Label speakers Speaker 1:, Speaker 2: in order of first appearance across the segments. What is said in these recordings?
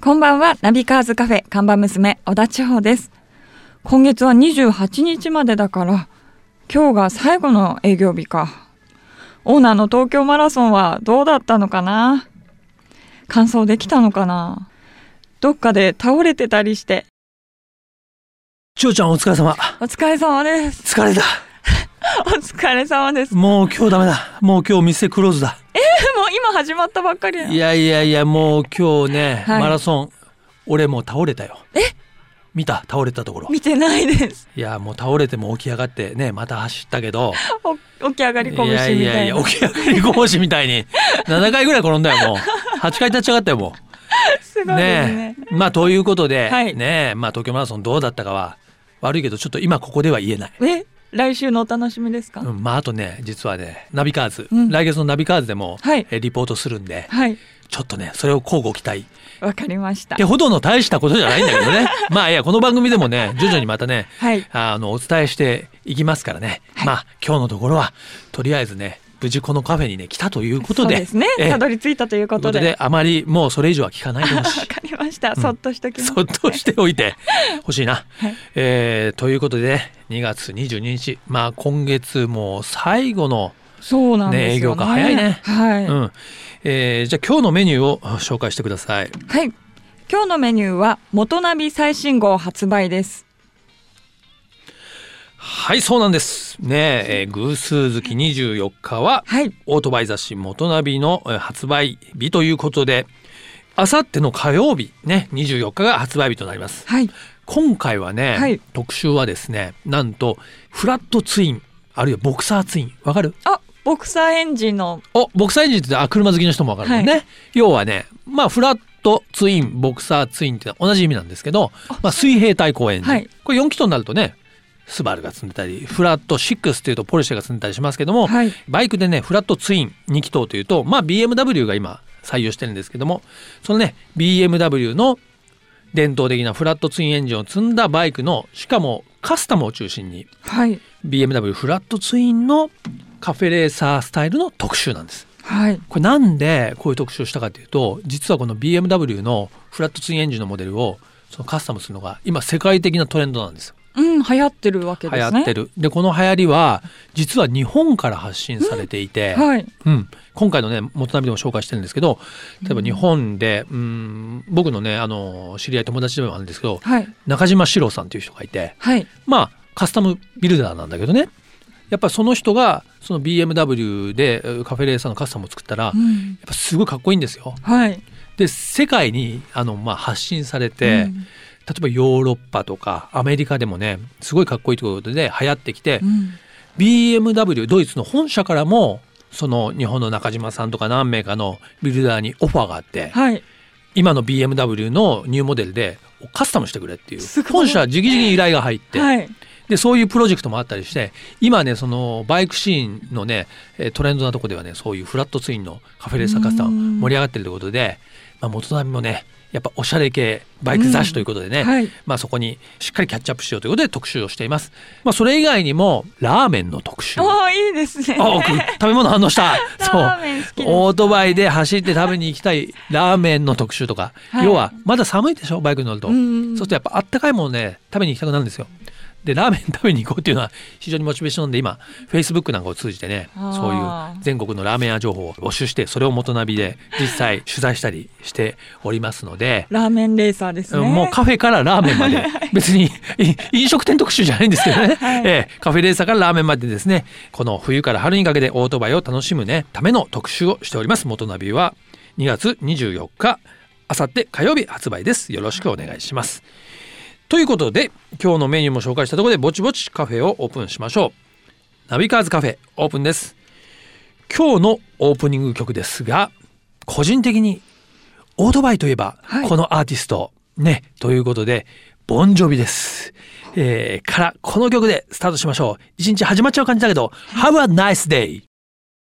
Speaker 1: こんばんは、ナビカーズカフェ看板娘、小田千穂です。今月は28日までだから、今日が最後の営業日か。オーナーの東京マラソンはどうだったのかな完走できたのかなどっかで倒れてたりして、
Speaker 2: 千代ちゃんお疲れ様。
Speaker 1: お疲れ様です。
Speaker 2: 疲れた。
Speaker 1: お疲れ様 です。も
Speaker 2: もう今日ダメだ。もう今日店クローズだ。
Speaker 1: う今始まったばっかり
Speaker 2: いやいやいや、もう今日ね、
Speaker 1: はい
Speaker 2: マラソン、俺もう倒れたよ。
Speaker 1: え
Speaker 2: 見た倒れたところ。
Speaker 1: 見てないです。
Speaker 2: いや、もう倒れても起き上がってね、また走ったけど。
Speaker 1: お起き上がり
Speaker 2: い
Speaker 1: 拳みた
Speaker 2: や
Speaker 1: いな。
Speaker 2: いやいや、起き上がりこぼしみたい に。7回ぐらい転んだよ、もう。8回立ち上がったよ、も
Speaker 1: す
Speaker 2: う。
Speaker 1: ごいですね。
Speaker 2: ねえ。まあ、ということで、
Speaker 1: はい
Speaker 2: ねえ、まあ、東京マラソンどうだったかは、悪いけど、ちょっと今ここでは言えない。
Speaker 1: え来週のお楽しみですか、
Speaker 2: うん、まああとね実はねナビカーズ、
Speaker 1: うん
Speaker 2: 来月のナビカーズでも、
Speaker 1: はい
Speaker 2: えリポートするんで
Speaker 1: はい
Speaker 2: ちょっとねそれを交互期待
Speaker 1: わかりました
Speaker 2: でほどの大したことじゃないんだけど ねまあいやこの番組でもね徐々にまたね、
Speaker 1: はい
Speaker 2: あのお伝えしていきますからね、
Speaker 1: はい
Speaker 2: まあ今日のところはとりあえずね無事このカフェにね来たということで
Speaker 1: そうですね
Speaker 2: ええ
Speaker 1: たどり着いたということで
Speaker 2: ということであまりもうそれ以上は聞かないでほし い
Speaker 1: わかりましたそっとしときます、
Speaker 2: そっとしておいてほしいな。
Speaker 1: はい
Speaker 2: えーということでね2月22日まあ今月もう最後の
Speaker 1: そうなんですよね
Speaker 2: ね営業が早いね
Speaker 1: はい、
Speaker 2: うんえーじゃあ今日のメニューをあ紹介してください。
Speaker 1: はい今日のメニューは元ナビ最新号発売です
Speaker 2: はい、そうなんです。ねえ、えー偶数月24日は、
Speaker 1: はい
Speaker 2: オートバイ雑誌元ナビのえー発売日ということで、あさっての火曜日、ね、24日が発売日となります。
Speaker 1: はい
Speaker 2: 今回はね、
Speaker 1: はい
Speaker 2: 特集はですね、なんと、フラットツイン、あるいはボクサーツイン、わかる
Speaker 1: あボクサーエンジンの
Speaker 2: お、ボクサーエンジンって、あ、車好きの人もわかるもんね。
Speaker 1: は
Speaker 2: 要はね、まあ、フラットツイン、ボクサーツインってのは同じ意味なんですけど、
Speaker 1: あ
Speaker 2: まあ、水平対向エンジン。
Speaker 1: はい
Speaker 2: これ4気筒になるとね、スバルが積んでたり、フラット6っていうとポルシェが積んでたりしますけども、
Speaker 1: はい
Speaker 2: バイクでね、フラットツイン2気筒というと、まあ、BMW が今採用してるんですけども、そのね、BMW の伝統的なフラットツインエンジンを積んだバイクの、しかもカスタムを中心に、
Speaker 1: はい
Speaker 2: BMW フラットツインのカフェレーサースタイルの特集なんです。
Speaker 1: はい
Speaker 2: これなんでこういう特集をしたかというと実はこの BMW のフラットツインエンジンのモデルをそのカスタムするのが今世界的なトレンドなんですよ。
Speaker 1: うん流行ってるわけで
Speaker 2: 流
Speaker 1: すね
Speaker 2: 行ってる。でこの流行りは実は日本から発信されていて、
Speaker 1: はい
Speaker 2: うん、今回のね元ナビでも紹介してるんですけど例えば日本で、うん、僕のねあの知り合い友達でもあるんですけど
Speaker 1: はい
Speaker 2: 中島史郎さんという人がいて
Speaker 1: はい
Speaker 2: まあカスタムビルダーなんだけどねやっぱりその人がその BMW でえーカフェレーサーのカスタムを作った
Speaker 1: う
Speaker 2: ら、やっ
Speaker 1: ん
Speaker 2: ぱすごいかっこいいんですよ。
Speaker 1: はい
Speaker 2: で世界にあの、まあ、発信され
Speaker 1: う
Speaker 2: て、
Speaker 1: ん
Speaker 2: 例えばヨーロッパとかアメリカでもねすごいかっこいいということで流行ってきて、
Speaker 1: うん、
Speaker 2: BMW ドイツの本社からもその日本の中島さんとか何名かのビルダーにオファーがあって、
Speaker 1: はい
Speaker 2: 今の BMW のニューモデルでカスタムしてくれっていう
Speaker 1: すごい
Speaker 2: 本社直々に依頼が入って、
Speaker 1: はい
Speaker 2: でそういうプロジェクトもあったりして今ねそのバイクシーンのねえートレンドなとこではねそういうフラットツインのカフェレーサーカスタ
Speaker 1: う
Speaker 2: ム
Speaker 1: ん
Speaker 2: 盛り上がってるということで、まあ、元並みもねやっぱおしゃれ系バイク雑誌ということでね、
Speaker 1: うんはい
Speaker 2: まあ、そこにしっかりキャッチアップしようということで特集をしています。まあ、それ以外にもラーメンの特集
Speaker 1: おーいいですね
Speaker 2: あ、食べ物反 応した。
Speaker 1: ラーメン好きです
Speaker 2: オートバイで走って食べに行きたいラーメンの特集とか、
Speaker 1: はい
Speaker 2: 要はまだ寒いでしょバイクに乗ると、
Speaker 1: うんうんうん
Speaker 2: そうするとやっぱあったかいものね食べに行きたくなるんですよでラーメン食べに行こうっていうのは非常にモチベーションで今フェイスブックなんかを通じてね
Speaker 1: あー
Speaker 2: そういう全国のラーメン屋情報を募集してそれを元ナビで実際取材したりしておりますので
Speaker 1: ラーメンレーサーですね
Speaker 2: もうカフェからラーメンまで、別にい飲食店特集じゃないんですけどね、
Speaker 1: はい
Speaker 2: ええカフェレーサーからラーメンまでですね、この冬から春にかけてオートバイを楽しむね、ための特集をしております。元ナビは2月24日、あさって火曜日発売です。よろしくお願いします。ということで、今日のメニューも紹介したところで、ぼちぼちカフェをオープンしましょう。ナビカーズカフェオープンです。今日のオープニング曲ですが、個人的にオートバイといえば、
Speaker 1: はい
Speaker 2: このアーティスト、ね、ということで、ボンジョビです。えー、から、この曲でスタートしましょう。一日始まっちゃう感じだけど、Have a nice day!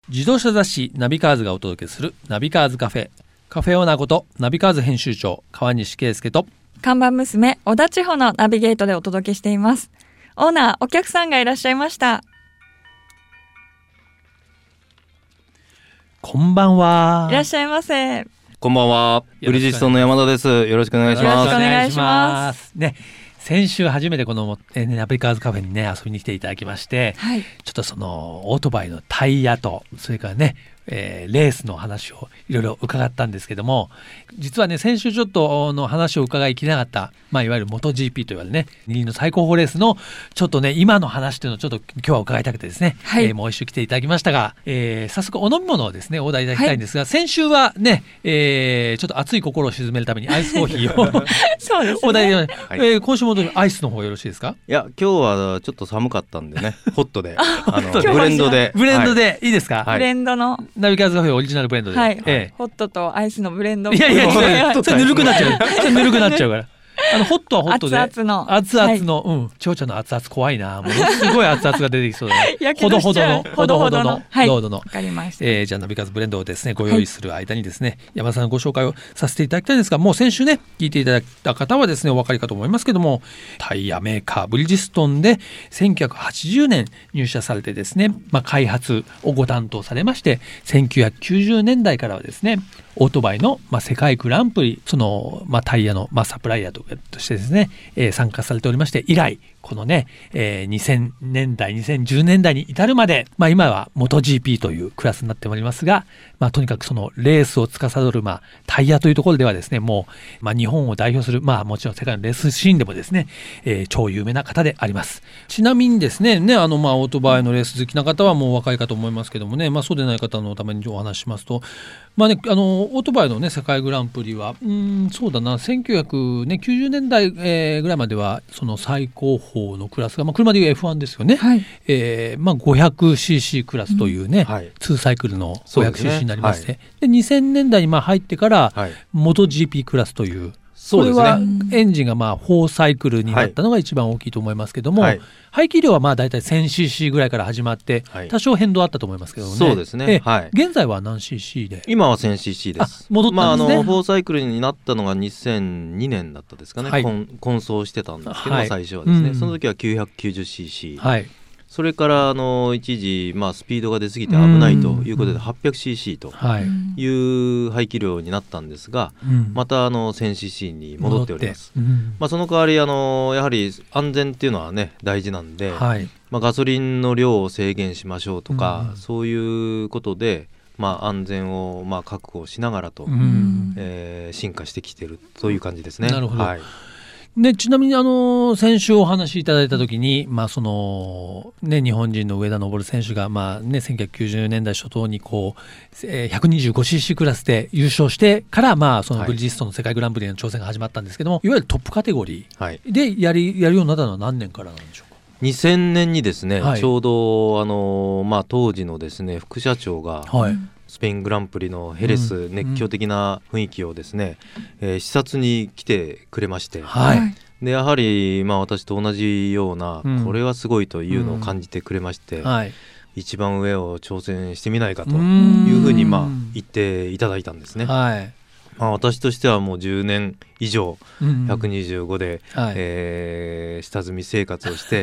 Speaker 2: 自動車雑誌ナビカーズがお届けするナビカーズカフェ。カフェオーナーこと、ナビカーズ編集長、川西圭介と、
Speaker 1: 看板娘、小田千穂のナビゲートでお届けしています。オーナー、お客さんがいらっしゃいました。。
Speaker 2: こんばんはい
Speaker 1: らっしゃいませ。
Speaker 3: こんばんは。ブリヂストンの山田です。よろしくお願いし
Speaker 1: よろ
Speaker 3: ま
Speaker 1: しくお
Speaker 3: す。
Speaker 1: 願いします
Speaker 2: ね、先週初めてこの、えーね、ナビカーズカフェにね遊びに来ていただきまして、
Speaker 1: はい
Speaker 2: ちょっとそのオートバイのタイヤとそれからね、えーレースの話をいろいろ伺ったんですけども実はね先週ちょっとあの話を伺いきれなかった、まあ、いわゆる MotoGP といわれるね二輪の最高峰レースのちょっとね今の話というのをちょっと今日は伺いたくてですね、
Speaker 1: はい
Speaker 2: えーもう一周来ていただきましたが、えー早速お飲み物をですねお題いただきたいんですが、先週はね、えーちょっと熱い心を沈めるためにアイスコーヒーを
Speaker 1: そうです、ね、
Speaker 2: お題いただいて、
Speaker 3: はい
Speaker 2: えー今週もアイスの方よろしいですか
Speaker 3: いや、今日はちょっと寒かったん でね、ホットで、あ
Speaker 2: ホット
Speaker 3: の
Speaker 2: で
Speaker 3: ブレンドで、
Speaker 2: ブレンド
Speaker 3: はい、
Speaker 2: でいいですか、
Speaker 3: はい
Speaker 1: ブレンドの、
Speaker 2: ナビカーズカフェオリジナルブレンドで。
Speaker 1: はい、
Speaker 2: え
Speaker 1: ホットとアイスのブレンド
Speaker 2: え、いやいや、
Speaker 3: ホット
Speaker 2: 違う違うそれぬるくなっちゃう。それぬるくなっちゃうから。あのホットはホットで。
Speaker 1: 熱々の
Speaker 2: 熱々の、うん、ちょうちゃんの熱々怖いな。もうすごい熱々が出てきそうだ
Speaker 1: 。
Speaker 2: ね
Speaker 1: やけ
Speaker 2: ほど
Speaker 1: どし
Speaker 2: ほ
Speaker 1: ち
Speaker 2: ど
Speaker 1: ゃ
Speaker 2: の
Speaker 1: う、ほどほどのはい
Speaker 2: 濃度の
Speaker 1: わ。かりました、
Speaker 2: えーじゃあナビカーズブレンドをですねご用意する間にですね、山田さんご紹介をさせていただきたいんですがもう先週ね聞いていただいた方はですねお分かりかと思いますけどもタイヤメーカーブリヂストンで1980年入社されてですね、まあ、開発をご担当されまして1990年代からはですねオートバイの、まあ、世界グランプリその、まあ、タイヤの、まあ、サプライヤーととしてですね、えー参加されておりまして以来このね、えー2000年代2010年代に至るまで、まあ、今は MotoGP というクラスになっておりますが、まあ、とにかくそのレースを司る、まあ、タイヤというところではですねもう、まあ、日本を代表する、まあ、もちろん世界のレースシーンでもですね、えー超有名な方でありますちなみにですねねあの、まあ、オートバイのレース好きな方はもうお若いかと思いますけどもね、まあ、そうでない方のためにお話ししますと、まあね、あのオートバイの、ね、世界グランプリはうーんそうだな1990年代、えーぐらいまではその最高峰のクラスが、まあ、車でいう F1 ですよね、
Speaker 1: はい
Speaker 2: えーまあ、500cc クラスというね、
Speaker 3: はい
Speaker 2: ツーサイクルの
Speaker 3: そうですね
Speaker 2: 500cc になりまして、で2000年代にまあ入ってから、
Speaker 3: はい。
Speaker 2: MotoGP クラスという。
Speaker 3: そうですね
Speaker 2: これはエンジンがまあ4サイクルになったのが一番大きいと思いますけども、
Speaker 3: はい
Speaker 2: 排気量はまあ大体 1000cc ぐらいから始まって
Speaker 3: はい
Speaker 2: 多少変動あったと思いますけどね、
Speaker 3: そうですね
Speaker 2: ええ
Speaker 3: はい
Speaker 2: 現在は何 cc で
Speaker 3: 今は 1000cc で
Speaker 2: あ
Speaker 3: す。
Speaker 2: 戻ったんですね
Speaker 3: まあ、あの、フォーサイクルになったのが2002年だったですかね。
Speaker 2: はい
Speaker 3: こん混走してたんですけど、
Speaker 2: はい
Speaker 3: 最初はですね、
Speaker 2: うん
Speaker 3: その時は 990cc。
Speaker 2: はい、
Speaker 3: それから、あの、一時、まあ、スピードが出すぎて危ないということ
Speaker 2: う
Speaker 3: で、
Speaker 2: ん
Speaker 3: 800cc と
Speaker 2: はい
Speaker 1: うん
Speaker 3: いう排気量になったんですが、
Speaker 2: うん
Speaker 3: また、あの、1000cc に戻っております。
Speaker 2: 戻ってうん
Speaker 3: まあ、その代わりあのやはり安全っていうのはね大事なんで、
Speaker 2: はい
Speaker 3: まあ、ガソリンの量を制限しましょうとか、
Speaker 2: うん
Speaker 3: そういうことで、まあ、安全をまあ確保しながらと、
Speaker 2: うん
Speaker 3: えー進化してきてるという感じですね。
Speaker 2: なるほど
Speaker 3: はい
Speaker 2: ね、ちなみにあの先週お話しいただいた時に、まあそのね、日本人の上田昇選手が、まあね、1990年代初頭にこう、えー 125cc クラスで優勝してから、まあ、その
Speaker 3: はい
Speaker 2: ブリヂストンの世界グランプリへの挑戦が始まったんですけども、いわゆるトップカテゴリ
Speaker 3: はい、
Speaker 2: ーでやりやるようになったのは何年からなんでしょうか。
Speaker 3: 2000年にですね、
Speaker 2: はい
Speaker 3: ちょうど、あのまあ、当時のですね副社長が
Speaker 2: はい、
Speaker 3: スペイングランプリのヘレス、
Speaker 2: うん
Speaker 3: 熱狂的な雰囲気をですね、えー視察に来てくれまして、
Speaker 2: はい
Speaker 3: でやはり、まあ、私と同じような、
Speaker 2: うん
Speaker 3: これはすごいというのを感じてくれまして、
Speaker 2: はい、
Speaker 3: 一番上を挑戦してみないかという
Speaker 1: い
Speaker 3: ふうに、まあ、
Speaker 2: い
Speaker 3: 言っていただいたんですね。
Speaker 2: はい
Speaker 3: まあ、私としてはもう10年以上
Speaker 2: うん
Speaker 3: 125で、
Speaker 2: はい
Speaker 3: えー下積み生活をして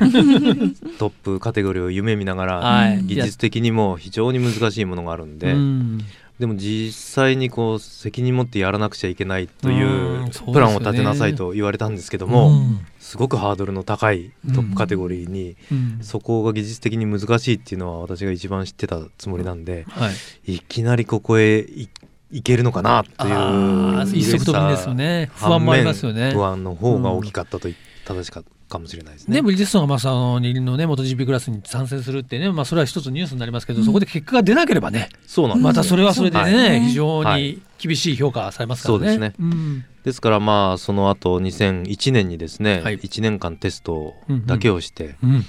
Speaker 3: トップカテゴリーを夢見ながら、
Speaker 2: はい
Speaker 3: 技術的にも非常に難しいものがあるんで、
Speaker 2: うん
Speaker 3: でも実際にこう責任持ってやらなくちゃいけないとい
Speaker 2: うんそう
Speaker 3: う
Speaker 2: ですよね
Speaker 3: プランを立てなさいと言われたんですけども。
Speaker 2: うん
Speaker 3: すごくハードルの高いトップカテゴリーに、
Speaker 2: うん
Speaker 3: そこが技術的に難しいっていうのは私が一番知ってたつもりなんで、
Speaker 2: はい
Speaker 3: いきなりここへい行けるのかなっていう
Speaker 2: あー一足飛びですよね不安もありますよね
Speaker 3: 反面不安の方が大きかったと言った正しかったかもしれないですね。
Speaker 2: ね、ブリヂストンがまあその二輪のね、元 GP クラスに参戦するってね、まあ、それは一つニュースになりますけど、
Speaker 1: うん
Speaker 2: そこで結果が出なければね、
Speaker 3: そうなんですよ
Speaker 2: またそれはそれでね、
Speaker 1: そうですね
Speaker 2: 非常
Speaker 3: は
Speaker 2: に
Speaker 3: い
Speaker 2: 厳しい評価されますからね。
Speaker 3: そうですね
Speaker 2: ん
Speaker 3: ですからまあその後2001年にですね、
Speaker 2: はい
Speaker 3: 1年間テストだけをして、
Speaker 2: うん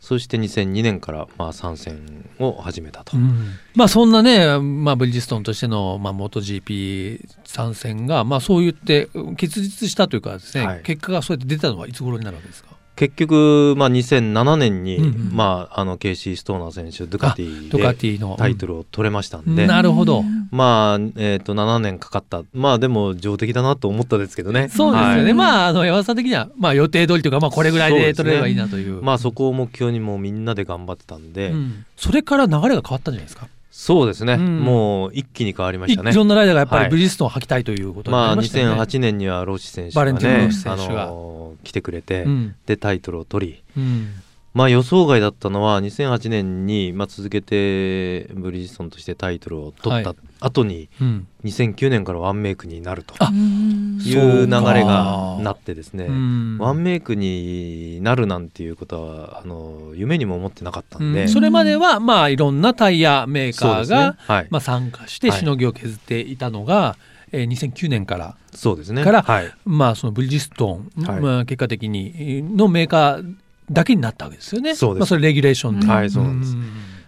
Speaker 3: そして2002年からまあ参戦を始めたと。
Speaker 2: うんまあそんなね、まあ、ブリヂストンとしての、まあ、元 GP 参戦が、まあ、そう言って結実したというかですね、
Speaker 3: はい
Speaker 2: 結果がそうやって出たのはいつ頃になるわけですか
Speaker 3: 結局、まあ、2007年に、
Speaker 2: うんうん
Speaker 3: まあ、あのケイシー・ストーナー選手ドゥカティ
Speaker 2: ドカ
Speaker 3: で
Speaker 2: ティの。
Speaker 3: タイトルを取れましたん
Speaker 2: う
Speaker 3: で、
Speaker 2: んなるほど
Speaker 3: まあ、えー、と7年かかったまあでも上出来だなと思ったですけどね
Speaker 2: そうですよね、
Speaker 3: はい
Speaker 2: まああの山田さん的には、まあ、予定通りというか、まあ、これぐらい
Speaker 3: そう
Speaker 2: で
Speaker 3: ですね
Speaker 2: 取れればいいなという
Speaker 3: まあそこを目標にもうみんなで頑張ってたんで、
Speaker 2: うんそれから流れが変わったんじゃないですか
Speaker 3: そうですね、
Speaker 2: うん
Speaker 3: もう一気に変わりま
Speaker 2: い
Speaker 3: したね
Speaker 2: いろんなライダーがやっぱ
Speaker 3: は
Speaker 2: り
Speaker 3: い
Speaker 2: ブリヂストンを履きたいということに
Speaker 3: ま
Speaker 2: な
Speaker 3: あ、
Speaker 2: りましたよね。
Speaker 3: 2008年にはロシ選手が
Speaker 2: バレンティン
Speaker 3: ね
Speaker 2: ロシ選手が
Speaker 3: あのー来てくれて、
Speaker 2: うん
Speaker 3: でタイトルを取り、
Speaker 2: うん
Speaker 3: まあ、予想外だったのは2008年に、まあ、続けてブリヂストンとしてタイトルを取った
Speaker 2: は
Speaker 3: 後に、
Speaker 2: うん
Speaker 3: 2009年からワンメイクになると
Speaker 2: あ
Speaker 3: いう
Speaker 2: そう
Speaker 3: 流れ
Speaker 2: か
Speaker 3: がなってですね、
Speaker 2: うん
Speaker 3: ワンメイクになるなんていうことはあの夢にも思ってなかったんで、
Speaker 2: うんそれまではまあいろんなタイヤメー
Speaker 3: そう
Speaker 2: カ
Speaker 3: で
Speaker 2: ー
Speaker 3: すね
Speaker 2: が、
Speaker 3: はい
Speaker 2: まあ、参加して
Speaker 3: はい
Speaker 2: しのぎを削っていたのが、えー2009年から、
Speaker 3: そうですね
Speaker 2: から
Speaker 3: はい
Speaker 2: まあ、そのブリヂストン、
Speaker 3: はい
Speaker 2: まあ、結果的にえーのメーカーだけになったわけですよね。
Speaker 3: そうです
Speaker 2: まあ、それレギュレーションで。
Speaker 1: うん
Speaker 3: はいそうなんです
Speaker 2: ん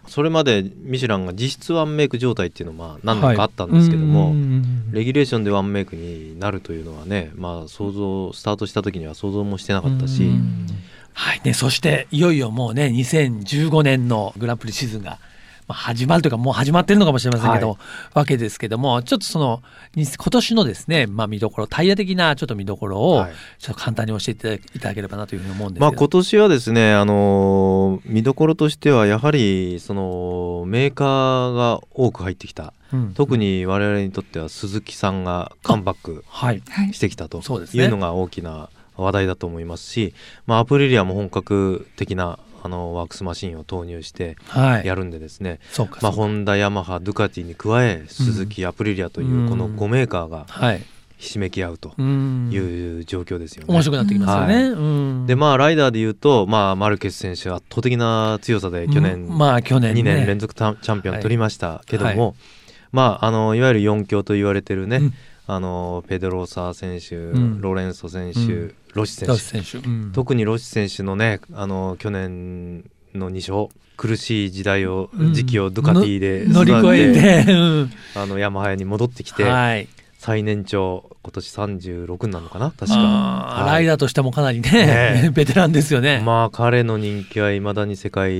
Speaker 3: それまでミシュランが実質ワンメイク状態っていうのはまあ何年かあったんですけども、
Speaker 2: はいうん
Speaker 3: レギュレーションでワンメイクになるというのはね、まあ、想像スタートした時には想像もしてなかったし、
Speaker 2: うんはいね、そしていよいよもうね2015年のグランプリシーズンがまあ始まるというかもう始まってるのかもしれませんけど、
Speaker 3: は
Speaker 2: わけですけどもちょっとそのに今年のですね、まあ、見どころタイヤ的なちょっと見どころを、
Speaker 3: はい
Speaker 2: ちょっと簡単に教えていただいただければなというふうに思うんですけ
Speaker 3: ま
Speaker 2: ど、
Speaker 3: あ、今年はですね、あのー見どころとしてはやはりそのメーカーが多く入ってきた
Speaker 2: うん
Speaker 3: 特に我々にとっては鈴木さんがカムバック
Speaker 2: はい、
Speaker 1: はい
Speaker 3: してきたと
Speaker 2: そうです
Speaker 3: い
Speaker 2: ね
Speaker 3: うのが大きな話題だと思いますし、まあ、アプリリアも本格的なあのワークスマシンを投入して
Speaker 2: はい、
Speaker 3: やるんでですね、
Speaker 2: そうか
Speaker 3: まあ、
Speaker 2: そうか
Speaker 3: ホンダヤマハドゥカティに加え鈴木アプリリアというこの
Speaker 2: うん
Speaker 3: 5メーカーが
Speaker 2: はい、
Speaker 3: ひしめき合うと
Speaker 2: うん
Speaker 3: いう状況ですよね。
Speaker 2: 面白くなってきますよね。うん
Speaker 3: でまあライダーで言うと、まあ、マルケス選手圧倒的な強さで去年、
Speaker 2: うんまあ去年、ね、
Speaker 3: 2年連続たチャンピオン取りましたけども、
Speaker 2: はいは
Speaker 3: まあ、あのいわゆる4強と言われてるね、
Speaker 2: うん
Speaker 3: あのペドローサー選手、
Speaker 2: ん
Speaker 3: ローレンソ選手、
Speaker 2: うん
Speaker 3: ロシ選
Speaker 2: ダ
Speaker 3: 手
Speaker 2: ウス選手、うん
Speaker 3: 特にロシ選手のねあの去年の2勝苦しい時代を、
Speaker 2: うん
Speaker 3: 時期をドゥカティで
Speaker 2: 乗り越
Speaker 3: 育て
Speaker 2: えて、うん
Speaker 3: あのヤマハヤに戻ってきて、
Speaker 2: はい、
Speaker 3: 最年長今年36なのかな確か。
Speaker 2: あー
Speaker 3: はい
Speaker 2: ライダーとしてもかなりね
Speaker 3: ね
Speaker 2: ベテランですよね。
Speaker 3: まあ彼の人気はいまだに世界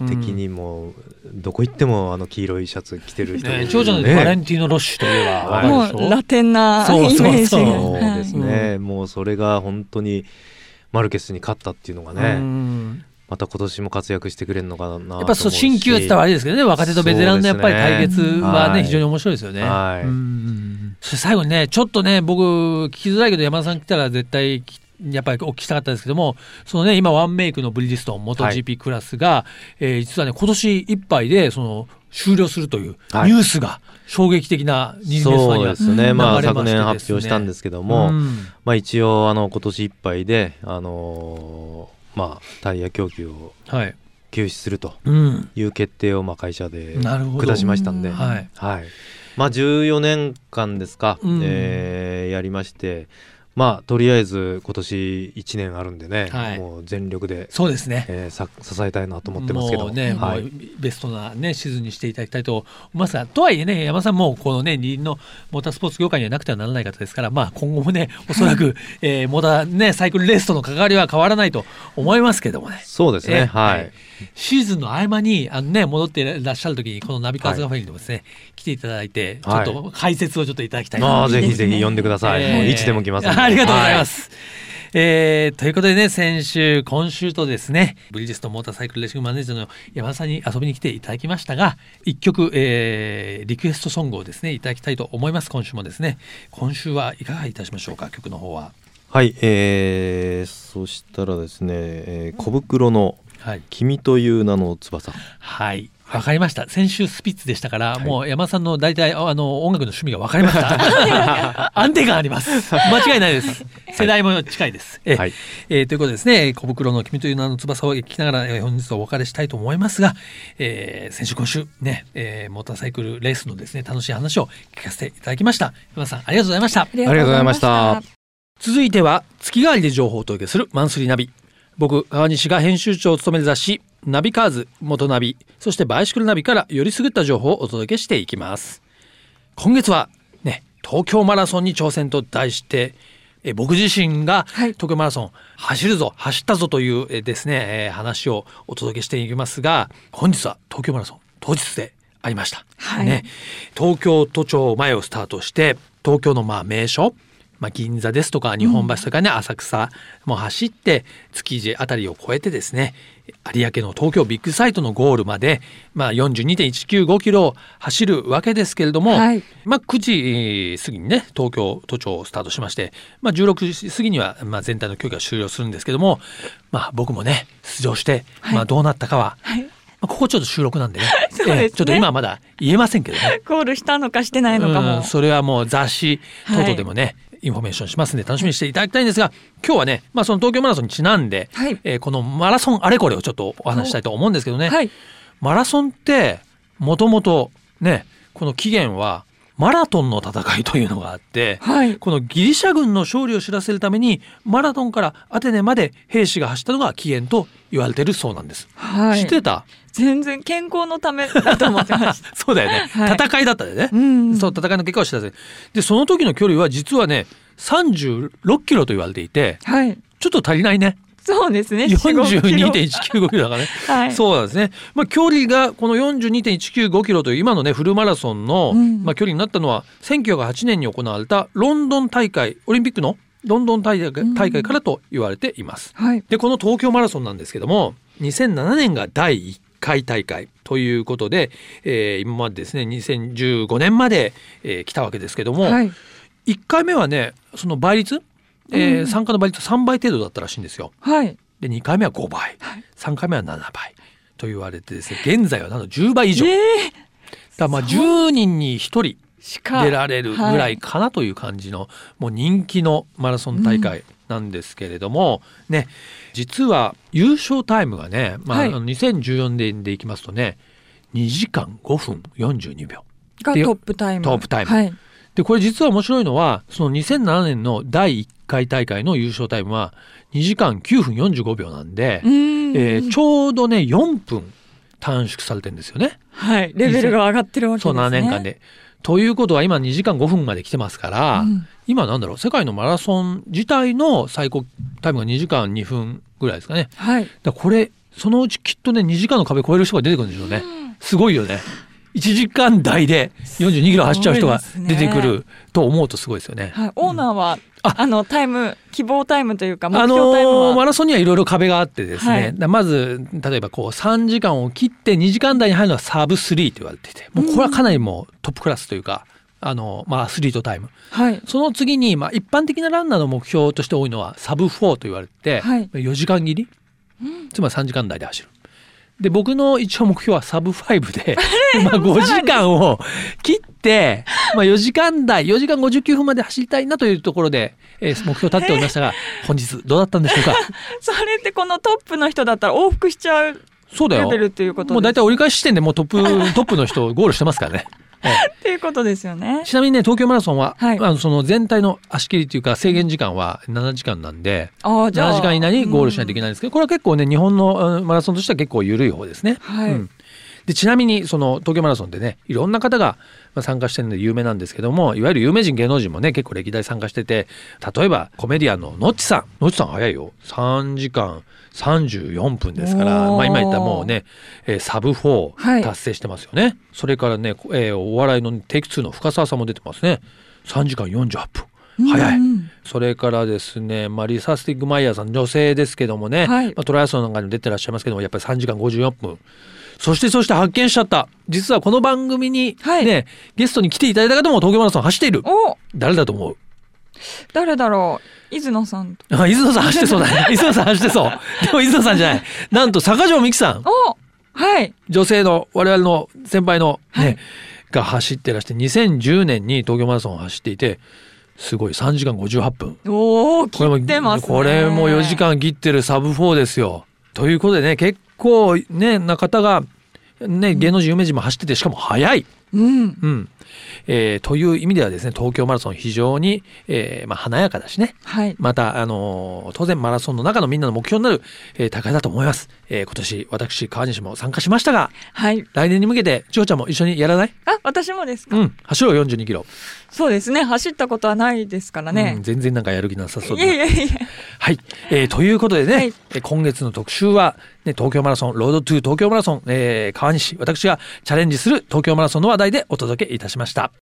Speaker 3: 的にもどこ行ってもあの黄色いシャツ着てる人
Speaker 2: ね
Speaker 3: いる
Speaker 2: 長女の
Speaker 3: ね
Speaker 2: バレンティーノ・ロッシュといえば、
Speaker 3: はい
Speaker 2: わ
Speaker 1: も
Speaker 2: かる
Speaker 1: う
Speaker 2: でし
Speaker 1: ラテンなイ
Speaker 2: そう
Speaker 1: メ
Speaker 2: そ
Speaker 1: ー
Speaker 2: うそう
Speaker 1: ジが
Speaker 2: そう
Speaker 1: はい
Speaker 3: ですね、もうそれが本当にマルケスに勝ったっていうのが
Speaker 2: ょ
Speaker 3: ね、
Speaker 2: うん
Speaker 3: また今年も活躍してくれるのかなと思うし
Speaker 2: やっぱそう新旧って言ったらあれですけどね若手とベテランのやっぱり対決は
Speaker 3: そうですねは
Speaker 2: ね
Speaker 3: い
Speaker 2: 非常に面白いですよね。
Speaker 3: はい
Speaker 2: うんそして最後にねちょっとね僕聞きづらいけど山田さん来たら絶対きやっぱりお聞きしたかったですけどもそのね今ワンメイクのブリヂストン元
Speaker 3: はい
Speaker 2: GP クラスが、えー実はね今年いっぱいでその終了するというニ
Speaker 3: はい
Speaker 2: ュースが衝撃的な人間
Speaker 3: そうですね、まあ
Speaker 2: 流れましてです
Speaker 3: 昨
Speaker 2: ね
Speaker 3: 年発表したんですけども、まあ一応あの今年いっぱいであのーまあタイヤ供給を
Speaker 2: はい。
Speaker 3: 休止すると
Speaker 2: うん。
Speaker 3: いう決定をまあ会社で
Speaker 2: なるほど。
Speaker 3: 下しましたんで、
Speaker 1: うん
Speaker 2: はい。
Speaker 3: はい、まあ14年間ですか、
Speaker 2: うん
Speaker 3: えーやりましてまあとりあえず今年1年あるんでね、
Speaker 2: はい
Speaker 3: もう全力で、
Speaker 2: そうですね。
Speaker 3: えーさ支えたいなと思ってますけど
Speaker 2: もうね、
Speaker 3: はい
Speaker 2: もうベストなね、シーズンにしていただきたいと思いますが、とはいえね、山田さんもこのね、二輪のモータースポーツ業界にはなくてはならない方ですから、まあ今後も ね、おそらく、えーモーターね、サイクルレースとの関わりは変わらないと思いますけどもね。
Speaker 3: そうですね、
Speaker 2: え
Speaker 3: はい、
Speaker 2: シーズンの合間にあの、ね、戻っていらっしゃる時にこのナビカーズカフェにもですね、来ていただいてちょ
Speaker 3: は
Speaker 2: っ
Speaker 3: い
Speaker 2: と解説をちょっといただきたいな
Speaker 3: まあ
Speaker 2: と
Speaker 3: ぜひぜひ呼んでください、
Speaker 2: えー
Speaker 3: もういつでも来ますんで
Speaker 2: ありがとうござい
Speaker 3: は
Speaker 2: ます。えーということでね、先週、今週とですね、ブリヂストンモーターサイクルレーシングマネージャーの山田さんに遊びに来ていただきましたが、一曲、えーリクエストソングをですね、いただきたいと思います、今週もですね。今週はいかがいたしましょうか、曲の方は。
Speaker 3: はい、えーそしたらですね、えー小袋の
Speaker 2: はい。
Speaker 3: 「君という名の翼」
Speaker 2: はい。わかりました。先週スピッツでしたから、もう山田さんの大体、ああの、音楽の趣味がわかりました。 安定感あります。間違いないです。世代も近いです。え
Speaker 3: はい
Speaker 2: えーということでですね、小袋の君という名の翼を聞きながら、えー本日はお別れしたいと思いますが、えー先週今週ね、えーモーターサイクルレースのですね、楽しい話を聞かせていただきました。山田さん、ありがとうございました。
Speaker 1: ありがとうございまし
Speaker 3: ありがとうござい
Speaker 1: た
Speaker 3: ま。
Speaker 2: 続いては月替わりで情報をお届けするマンスリーナビ僕川西が編集長を務める雑誌ナビカーズ元ナビそしてバイシクルナビからよりすぐった情報をお届けしていきます今月はね東京マラソンに挑戦と題してえ僕自身が
Speaker 1: はい
Speaker 2: 東京マラソン走るぞ走ったぞというえですねえ話をお届けしていきますが本日は東京マラソン当日でありました、
Speaker 1: はい
Speaker 2: ね東京都庁前をスタートして東京のまあ名所まあ、銀座ですとか日本橋とかね、浅草も走って築地あたりを越えてですね有明の東京ビッグサイトのゴールまで、まあ、42.195キロを走るわけですけれども、
Speaker 1: はい
Speaker 2: まあ、9時えー過ぎにね東京都庁をスタートしまして、まあ、16時過ぎには、まあ、全体の競技が終了するんですけども、まあ、僕もね出場して、
Speaker 1: はい
Speaker 2: まあ、どうなったかは、
Speaker 1: はい
Speaker 2: まあここちょっと収録なんでね
Speaker 1: そうですね
Speaker 2: えーちょっと今はまだ言えませんけどね。
Speaker 1: ゴールしたのかしてないのか
Speaker 2: う
Speaker 1: も
Speaker 2: ん。それはもう雑誌
Speaker 1: はい
Speaker 2: 等々でもね、インフォメーションしますんで楽しみにしていただきたいんですが今日はね、まあ、その東京マラソンにちなんで、
Speaker 1: はい
Speaker 2: えーこのマラソンあれこれをちょっとお話ししたいと思うんですけどね、
Speaker 1: はい。
Speaker 2: マラソンってもともとねこの起源はマラトンの戦いというのがあって、
Speaker 1: はい。
Speaker 2: このギリシャ軍の勝利を知らせるためにマラトンからアテネまで兵士が走ったのが起源と言われてるそうなんです。
Speaker 1: はい。
Speaker 2: 知ってた
Speaker 1: 全然健康のためだと思ってました。
Speaker 2: そうだよね、
Speaker 1: はい
Speaker 2: 戦いだったよね、
Speaker 1: うん
Speaker 2: そう戦いの結果を知らせるでその時の距離は実はね36キロと言われていて
Speaker 1: はい。
Speaker 2: ちょっと足りないね
Speaker 1: そうですね。45キロ
Speaker 2: 42.195キロだからね、
Speaker 1: はい。
Speaker 2: そうなんですね、まあ、距離がこの42.195キロという今のねフルマラソンの、
Speaker 1: うん
Speaker 2: まあ、距離になったのは1908年に行われたロンドン大会オリンピックのロンドン大会大会からと言われています。
Speaker 1: はい。
Speaker 2: でこの東京マラソンなんですけども2007年が第1回大会ということで、えー今までですね2015年まで、えー来たわけですけども、
Speaker 1: はい。
Speaker 2: 1回目はねその倍率、えー
Speaker 1: うん
Speaker 2: 参加の倍率3倍程度だったらしいんですよ。
Speaker 1: はい。
Speaker 2: で2回目は5倍
Speaker 1: はい
Speaker 2: 3回目は7倍と言われてですね現在はなんと10倍以上だか
Speaker 1: ええ
Speaker 2: らまあ10人に1人
Speaker 1: しか。
Speaker 2: 出られるぐらいかなという感じの、もう人気のマラソン大会なんですけれども、ね実は優勝タイムがね、まあ
Speaker 1: はい
Speaker 2: あの2014年でいきますとね2時間5分42秒
Speaker 1: がトップタイム。
Speaker 2: トップタイム
Speaker 1: はい。
Speaker 2: でこれ実は面白いのはその2007年の第1回大会の優勝タイムは2時間9分45秒なんで
Speaker 1: う、ん。
Speaker 2: えーちょうどね4分短縮されてるんですよね。
Speaker 1: はい。レベルが上がってるわけで
Speaker 2: そ
Speaker 1: す
Speaker 2: う
Speaker 1: ね。
Speaker 2: 7年間で。ということは今2時間5分まで来てますから、
Speaker 1: うん
Speaker 2: 今なんだろう世界のマラソン自体の最高タイムが2時間2分ぐらいですかね
Speaker 1: はい。
Speaker 2: だからこれそのうちきっとね2時間の壁超える人が出てくるんでしょうねすごいよね1時間台で42キロ走っちゃう人が
Speaker 1: すごいで
Speaker 2: 出
Speaker 1: すね
Speaker 2: てくると思うとすごいですよね。
Speaker 1: はい。オーナーは、
Speaker 2: あ
Speaker 1: あの、タイム、希望タイムというか、目
Speaker 2: あの
Speaker 1: 標タイム
Speaker 2: ーマ
Speaker 1: は。
Speaker 2: ラソンにはいろいろ壁があってですね、
Speaker 1: はい
Speaker 2: だまず例えばこう3時間を切って2時間台に入るのはサーブ3と言われていてもうこれはかなりもうトップクラスというか、あのまあ、アスリートタイム
Speaker 1: はい。
Speaker 2: その次に、まあ、一般的なランナーの目標として多いのはサブ4と言われて、
Speaker 1: はい
Speaker 2: 4時間切り、つまり3時間台で走る。で僕の一応目標はサブ5で、 まあ、5時間を切って、まあ、4時間台4時間59分まで走りたいなというところで、えー目標立っておりましたが本日どうだったんでしょ うか
Speaker 1: それってこのトップの人だったら往復しちゃう
Speaker 2: そうだ
Speaker 1: レ
Speaker 2: よ
Speaker 1: ベルっていうこと
Speaker 2: もう大
Speaker 1: です
Speaker 2: 体折り返し地点でもうトップトップの人ゴールしてますからね。ええ
Speaker 1: っていうことですよね。
Speaker 2: ちなみにね東京マラソンは、
Speaker 1: はい
Speaker 2: あのその全体の足切りというか制限時間は7時間なんで、
Speaker 1: ああ、じゃあ。
Speaker 2: 7時間以内にゴールしないといけ
Speaker 1: ない。
Speaker 2: ないんですけど、これは結構ね日本のうんマラソンとしては結構緩い方ですね。
Speaker 1: はい
Speaker 2: うんでちなみにその東京マラソンでねいろんな方がまあ参加してるので有名なんですけどもいわゆる有名人芸能人もね結構歴代参加してて例えばコメディアンのノッチさんノッチさん早いよ3時間34分ですから、
Speaker 1: おー
Speaker 2: まあ、今言ったもうね、えーサブ
Speaker 1: は
Speaker 2: 4
Speaker 1: い
Speaker 2: 達成してますよね、それからね、えーお笑いのテイク2の深澤さんも出てますね3時間48分早い。
Speaker 1: うんうん
Speaker 2: それからですね、まあ、リサ・スティックマイヤーさん女性ですけどもね、
Speaker 1: はい
Speaker 2: まあ、トライアスロンなんかにも出てらっしゃいますけどもやっぱり3時間54分そしてそして発見しちゃった実はこの番組に、ね
Speaker 1: はい
Speaker 2: ゲストに来ていただいた方も東京マラソン走っている
Speaker 1: お
Speaker 2: 誰だと思う
Speaker 1: 誰だろう伊豆野さんと。
Speaker 2: あ伊豆野さん走ってそ うだね伊豆野さん走ってそうでも伊豆野さんじゃないなんと坂上美紀さん
Speaker 1: おはい。
Speaker 2: 女性の我々の先輩のね、が走ってらして2010年に東京マラソンを走っていてすごい3時間58分
Speaker 1: おお
Speaker 2: これも
Speaker 1: 切ってますね。
Speaker 2: これも4時。間切ってるサブ4ですよ。ということでね結構ねな方が、ね、芸能人有名人も走っててしかも速い、
Speaker 1: うん。
Speaker 2: うんえーという意味ではですね東京マラソン非常に、えーまあ、華やかだしね
Speaker 1: はい。
Speaker 2: また、あのー当然マラソンの中のみんなの目標になる、えー大会だと思います。えー今年私川西も参加しましたが
Speaker 1: はい。
Speaker 2: 来年に向けて千穂ちゃんも一緒にやらない
Speaker 1: あ、私もですか、
Speaker 2: うん走ろう42キロ、
Speaker 1: そうですね。走ったことはないですから
Speaker 2: う
Speaker 1: ね
Speaker 2: ん。全然なんかやる気なさそう
Speaker 1: い
Speaker 2: だな
Speaker 1: えいえいえ。
Speaker 2: はい、えーということでね、
Speaker 1: はい
Speaker 2: えー今月の特集は、ね、東京マラソンロードトゥ東京マラソン、えー川西私がチャレンジする東京マラソンの話題でお届けいたしました。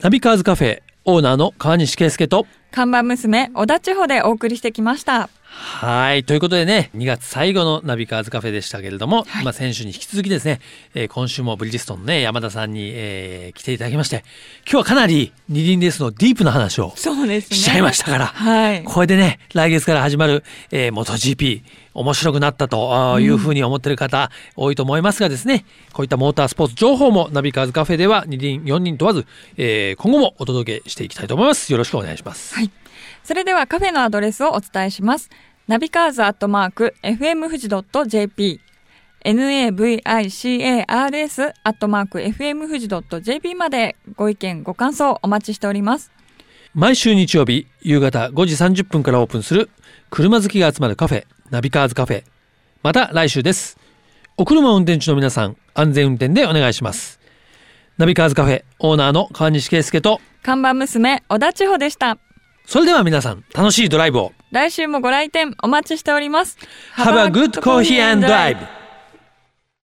Speaker 2: ナビカーズカフェオーナーの川西圭介と
Speaker 1: 看板娘小田地方でお送りしてきました
Speaker 2: はい。ということでね、2月最後のナビカーズカフェでしたけれども、
Speaker 1: はい
Speaker 2: まあ先週に引き続きですね、えー今週もブリヂストンのね、山田さんに、えー来ていただきまして、今日はかなり二輪レースのディープな話を
Speaker 1: そうですね
Speaker 2: しちゃいましたから、
Speaker 1: はい
Speaker 2: これでね、来月から始まる、えー、MotoGP、面白くなったとあーいうふうに思ってる方、多いと思いますがですね、こういったモータースポーツ情報もナビカーズカフェでは2輪、4輪問わず、えー今後もお届けしていきたいと思います。よろしくお願いします。
Speaker 1: はい。それではカフェのアドレスをお伝えします。ナビカーズアットマーク、fm 富士 .jp、navicars アットマーク、fm 富士 .jp までご意見、ご感想お待ちしております。
Speaker 2: 毎週日曜日夕方5時30分からオープンする車好きが集まるカフェナビカーズカフェまた来週ですお車運転中の皆さん安全運転でお願いしますナビカーズカフェオーナーの川西圭介と
Speaker 1: 看板娘、小田千穂でした。
Speaker 2: それでは皆さん楽しいドライブを
Speaker 1: 来週もご来店お待ちしております。
Speaker 2: Have a good coffee and drive!